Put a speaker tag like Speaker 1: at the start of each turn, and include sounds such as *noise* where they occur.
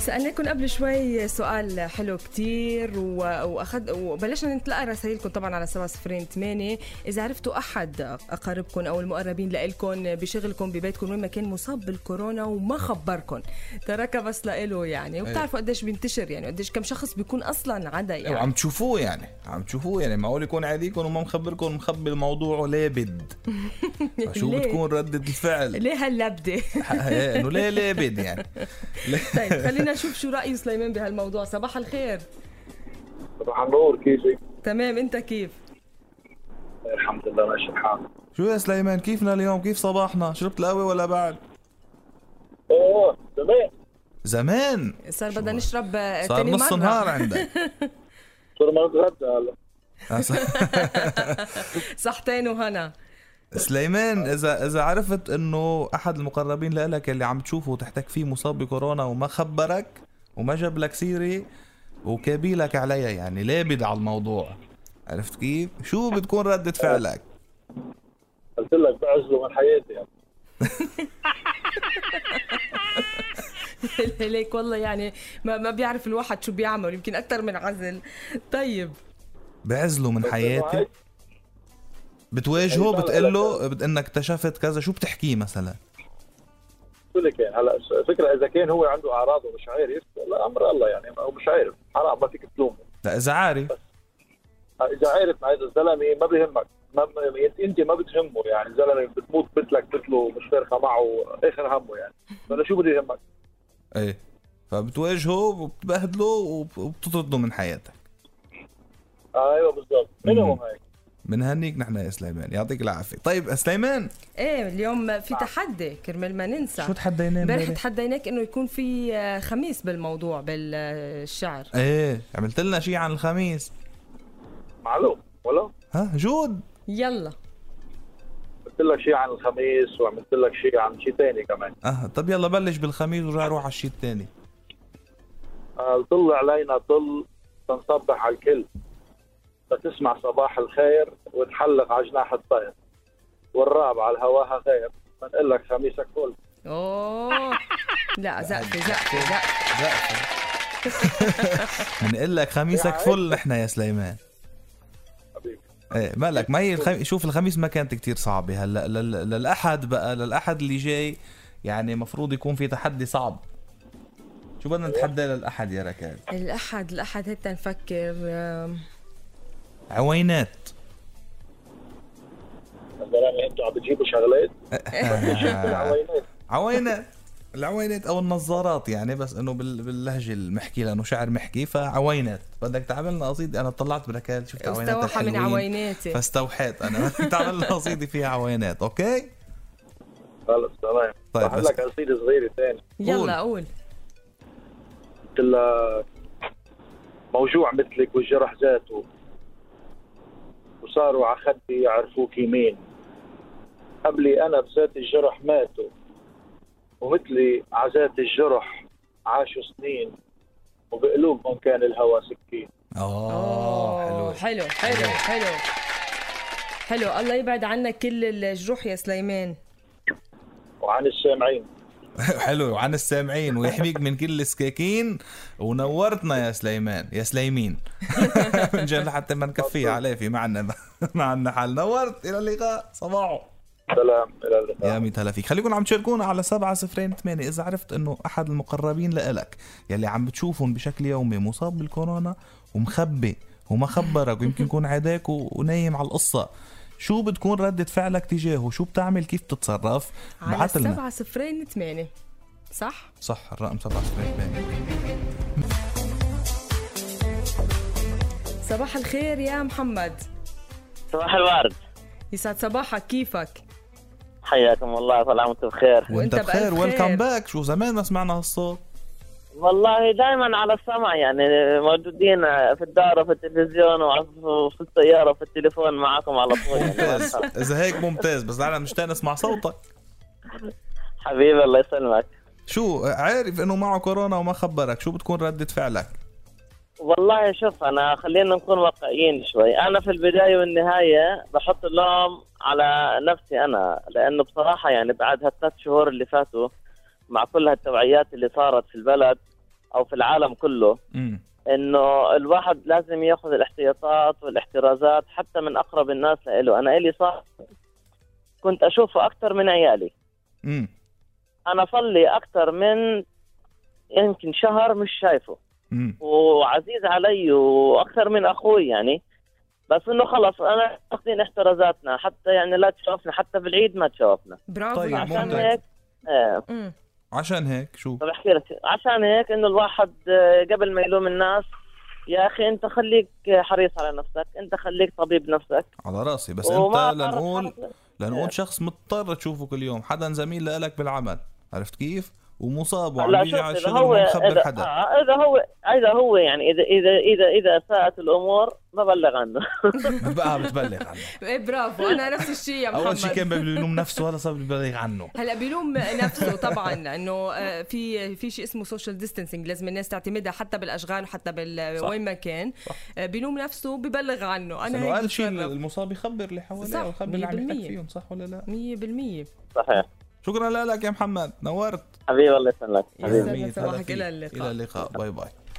Speaker 1: سألناكم قبل شوي سؤال حلو كتير و... وأخد... وبلشنا نتلقى رسائلكم طبعا على سبعة صفرين ثمانية إذا عرفتوا أحد أقاربكم أو المقربين لإلكم بشغلكم ببيتكم وين ما كان مصاب بالكورونا وما خبركم تركها بس لإله
Speaker 2: إيه.
Speaker 1: يعني وبتعرفوا قديش بينتشر يعني قديش كم شخص بيكون أصلا عدا يعني
Speaker 2: وعم تشوفوه يعني عم تشوفوه يعني معقول يكون عاديكم وما مخبركم مخبي الموضوع ولابد
Speaker 1: *laughs*
Speaker 2: فشو
Speaker 1: ليه؟
Speaker 2: بتكون ردة الفعل؟
Speaker 1: ليه
Speaker 2: *laughs*
Speaker 1: هاللبدة
Speaker 2: إيه، انه ليه لابد يعني
Speaker 1: طيب خلينا نشوف شو رأي سليمان بهالموضوع صباح الخير
Speaker 3: صباح النور كيفك؟
Speaker 1: تمام أنت كيف
Speaker 3: الحمد لله ماشي الحال
Speaker 2: شو يا سليمان كيفنا اليوم؟ كيف صباحنا؟ شربت القهوة ولا بعد؟
Speaker 3: اوه تمام
Speaker 2: زمان
Speaker 1: صار
Speaker 2: شو
Speaker 1: بدنا نشرب آه،
Speaker 2: صار
Speaker 1: تاني
Speaker 2: نص
Speaker 1: مرة
Speaker 2: نهار
Speaker 1: *laughs*
Speaker 2: عندك
Speaker 3: صرنا نتغدى هلا
Speaker 2: آه، صح.
Speaker 1: صحتين وهنا
Speaker 2: سليمان اذا اذا عرفت انه احد المقربين لك اللي عم تشوفه تحتك فيه مصاب بكورونا وما خبرك وما جاب لك سيره وكابيلك عليها يعني لابد على الموضوع عرفت كيف؟ شو بتكون ردة فعلك؟
Speaker 3: قلت لك بعزله من حياتي يعني.
Speaker 1: *laughs* ليك والله يعني ما, ما بيعرف الواحد شو بيعمل يمكن اكثر من عزل طيب
Speaker 2: بعزله من حياتي بتواجهه
Speaker 3: أي طلع
Speaker 2: بتقول له بت- انك اكتشفت كذا شو بتحكيه مثلا؟
Speaker 3: شو اللي كان إيه؟ هلا الفكره اذا كان هو عنده اعراض ومش عارف لا امر الله يعني او مش عارف حرام ما فيك تلومه
Speaker 2: لا اذا عارف
Speaker 3: اذا عارف مع هذا الزلمه ما بيهمك ما ما- يعني انت ما بتهمه يعني الزلمه بتموت مثلك مثله مش فارقه معه اخر همه يعني فلا شو بده يهمك
Speaker 2: ايه فبتواجهه وبتبهدله وب- وبتطرده من حياتك
Speaker 3: ايوه بالضبط مينيموم هيك
Speaker 2: بنهنيك نحن يا سليمان يعطيك العافيه طيب سليمان
Speaker 1: ايه اليوم في تحدي كرمال ما ننسى
Speaker 2: شو تحدينا
Speaker 1: امبارح
Speaker 2: امبارح؟
Speaker 1: تحديناك انه يكون في آه، خميس بالموضوع بالشعر
Speaker 2: ايه عملت لنا شيء عن الخميس
Speaker 3: معلوم ولا
Speaker 2: ها جود
Speaker 1: يلا
Speaker 3: قلت لك شيء عن الخميس وعملت لك شيء عن شيء ثاني كمان
Speaker 2: اه طب يلا بلش بالخميس ورجع روح على الشيء الثاني
Speaker 3: قال طل آه، علينا طل تنصبح على الكل فتسمع صباح الخير وتحلق على جناح الطير والرابعة على هواها غير بنقول لك خميسك فل
Speaker 1: اوه *laughs* لا زقفه زقفه زقفه
Speaker 2: بنقول لك خميسك فل نحن يا سليمان
Speaker 3: حبيبي
Speaker 2: ايه مالك ما هي الخم... شوف الخميس ما كانت كتير صعبة هلا لل... للأحد بقى للأحد اللي جاي يعني مفروض يكون في تحدي صعب شو بدنا نتحدى للأحد يا ركال
Speaker 1: الاحد الاحد هيك نفكر
Speaker 2: عوينات
Speaker 3: الزلمة انتوا عم بتجيبوا شغلات آه. بالعوينات.
Speaker 2: آه، عوينات العوينات او النظارات يعني بس انه بال... باللهجه المحكي لانه شعر محكي فعوينات بدك تعملنا قصيدة انا طلعت بركال شفت عوينات
Speaker 1: استوحى من
Speaker 2: الحلوين
Speaker 1: عويناتي
Speaker 2: فاستوحيت انا *laughs* تعملنا قصيدة فيها عوينات اوكي
Speaker 3: خلص تمام
Speaker 2: طيب،
Speaker 3: طيب
Speaker 2: بس-
Speaker 3: لك قصيدة صغيرة ثاني
Speaker 1: يلا قول
Speaker 3: قلت لها موجوع مثلك والجرح ذاته وصاروا على خدي يعرفوك مين قبلي انا بذات الجرح ماتوا ومثلي عذات الجرح عاشوا سنين وبقلوبهم كان الهوى سكين
Speaker 2: اه حلو
Speaker 1: آه، حلو حلو حلو حلو الله يبعد عنا كل الجروح يا سليمان
Speaker 3: وعن السامعين
Speaker 2: حلو وعن السامعين ويحميك من كل السكاكين ونورتنا يا سليمان يا سليمين *laughs* من جد حتى ما نكفي عليه في معنا *laughs* ما عندنا حل نورت الى اللقاء صباحو
Speaker 3: سلام الى اللقاء
Speaker 2: يا ميت هلا فيك خليكم عم تشاركونا على سبعة صفرين ثمانية إذا عرفت إنه أحد المقربين لإلك يلي عم بتشوفهم بشكل يومي مصاب بالكورونا ومخبي وما خبرك ويمكن يكون عداك و- ونايم على القصة شو بتكون ردة فعلك تجاهه شو بتعمل كيف بتتصرف
Speaker 1: على
Speaker 2: ابعت لنا.
Speaker 1: السبعة صفرين ثمانية صح؟
Speaker 2: صح الرقم 77
Speaker 1: صباح الخير يا محمد
Speaker 4: صباح الورد
Speaker 1: يسعد صباحك كيفك
Speaker 4: حياكم الله كل عام وانتم بخير
Speaker 1: وانت
Speaker 2: وانت بخير
Speaker 1: بألف
Speaker 2: ويلكم
Speaker 1: خير.
Speaker 2: باك شو زمان ما سمعنا هالصوت
Speaker 4: والله دائما على السمع يعني موجودين في الدار وفي التلفزيون وفي السياره وفي التليفون معاكم على طول يعني
Speaker 2: ممتاز اذا هيك ممتاز بس انا مشتاق اسمع صوتك
Speaker 4: حبيبي الله يسلمك
Speaker 2: شو عارف انه معه كورونا وما خبرك شو بتكون ردة فعلك
Speaker 4: والله شوف انا خلينا نكون واقعيين شوي انا في البدايه والنهايه بحط اللوم على نفسي انا لانه بصراحه يعني بعد هالثلاث شهور اللي فاتوا مع كل هالتوعيات اللي صارت في البلد او في العالم كله
Speaker 2: امم
Speaker 4: انه الواحد لازم ياخذ الاحتياطات والاحترازات حتى من اقرب الناس له انا الي صاحب كنت اشوفه اكثر من عيالي
Speaker 2: امم
Speaker 4: انا صار لي اكثر من يمكن شهر مش شايفه
Speaker 2: امم
Speaker 4: وعزيز علي واكثر من اخوي يعني بس انه خلص انا واخذين احترازاتنا حتى يعني لا تشوفنا حتى في العيد ما تشوفنا
Speaker 1: برافو
Speaker 2: طيب،
Speaker 1: عليك.
Speaker 4: عشان
Speaker 2: ممتاز.
Speaker 4: هيك ايه
Speaker 1: مم.
Speaker 2: عشان هيك شو
Speaker 4: طب احكي لك عشان هيك انه الواحد آه، قبل ما يلوم الناس يا اخي انت خليك حريص على نفسك انت خليك طبيب نفسك
Speaker 2: على راسي بس
Speaker 4: وما
Speaker 2: انت
Speaker 4: تعرف
Speaker 2: لنقول
Speaker 4: حالك.
Speaker 2: لنقول شخص مضطر تشوفه كل يوم حدا زميل لك بالعمل عرفت كيف ومصاب وعم
Speaker 4: لا
Speaker 2: يجي
Speaker 4: شوف
Speaker 2: على
Speaker 4: اذا
Speaker 2: الشغل
Speaker 4: هو
Speaker 2: وما مخبر
Speaker 4: اذا,
Speaker 1: *laughs*
Speaker 2: حدا
Speaker 4: آه اذا هو اذا هو يعني اذا اذا اذا اذا ساءت الامور ببلغ عنه *laughs*
Speaker 2: بقى بتبلغ عنه
Speaker 1: ايه برافو انا نفس الشيء
Speaker 2: *laughs*
Speaker 1: يا محمد
Speaker 2: اول شيء كان بيلوم نفسه هلا صار ببلغ عنه
Speaker 1: هلا بيلوم نفسه طبعا لانه آه، في في شيء اسمه سوشيال ديستانسينج لازم الناس تعتمدها حتى بالاشغال وحتى بال
Speaker 2: صح.
Speaker 1: وين ما كان آه، بيلوم نفسه ببلغ عنه
Speaker 2: بس
Speaker 1: انا
Speaker 2: انه
Speaker 1: هيك
Speaker 2: اقل شيء
Speaker 1: بتصرف.
Speaker 2: المصاب يخبر اللي حواليه
Speaker 1: صح،
Speaker 2: ويخبر اللي عم يحكي
Speaker 1: 100%.
Speaker 2: فيهم صح ولا لا؟
Speaker 1: 100%
Speaker 4: صحيح
Speaker 2: شكرا لك يا محمد نورت
Speaker 4: حبيبي الله يسلمك
Speaker 1: يسلمك،
Speaker 4: حبيبي
Speaker 2: مية هلا
Speaker 1: صباحك،
Speaker 2: فيك.
Speaker 1: إلى اللقاء.
Speaker 2: الى اللقاء باي باي